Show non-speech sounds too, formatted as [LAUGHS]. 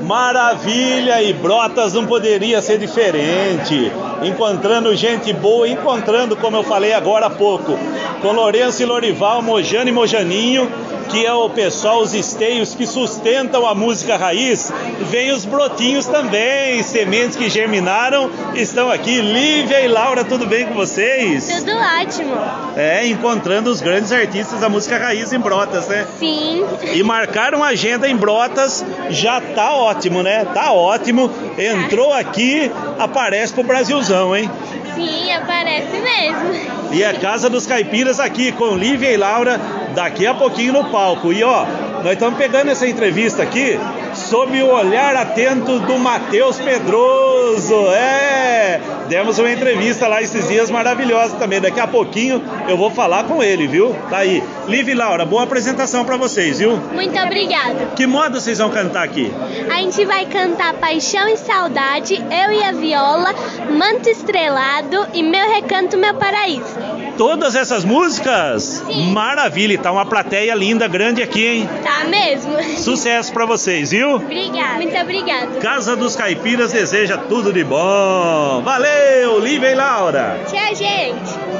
Maravilha e Brotas não poderia ser diferente. Encontrando gente boa, encontrando, como eu falei agora há pouco, com Lourenço e Lorival, Mojano e Mojaninho, que é o pessoal, os esteios que sustentam a música raiz, vem os brotinhos também, sementes que germinaram, estão aqui. Lívia e Laura, tudo bem com vocês? Tudo ótimo. É, encontrando os grandes artistas da música raiz em Brotas, né? Sim. E marcaram agenda em Brotas, já tá ótimo, né? Tá ótimo. Entrou aqui, aparece pro Brasilzão, hein? Sim, aparece mesmo. E a Casa dos Caipiras aqui com Lívia e Laura daqui a pouquinho no palco. E ó, nós estamos pegando essa entrevista aqui sob o olhar atento do Matheus Pedroso. É! Demos uma entrevista lá esses dias maravilhosa também. Daqui a pouquinho eu vou falar com ele, viu? Tá aí. Lívia e Laura, boa apresentação pra vocês, viu? Muito obrigada. Que moda vocês vão cantar aqui? A gente vai cantar Paixão e Saudade, Eu e a Viola, Manto Estrelado e Meu Recanto, Meu Paraíso. Todas essas músicas? Sim. Maravilha, e tá uma plateia linda, grande aqui, hein? Tá mesmo? [LAUGHS] Sucesso pra vocês, viu? Obrigada. Muito obrigada. Casa dos Caipiras deseja tudo de bom. Valeu, Lívia e Laura. Tchau, gente.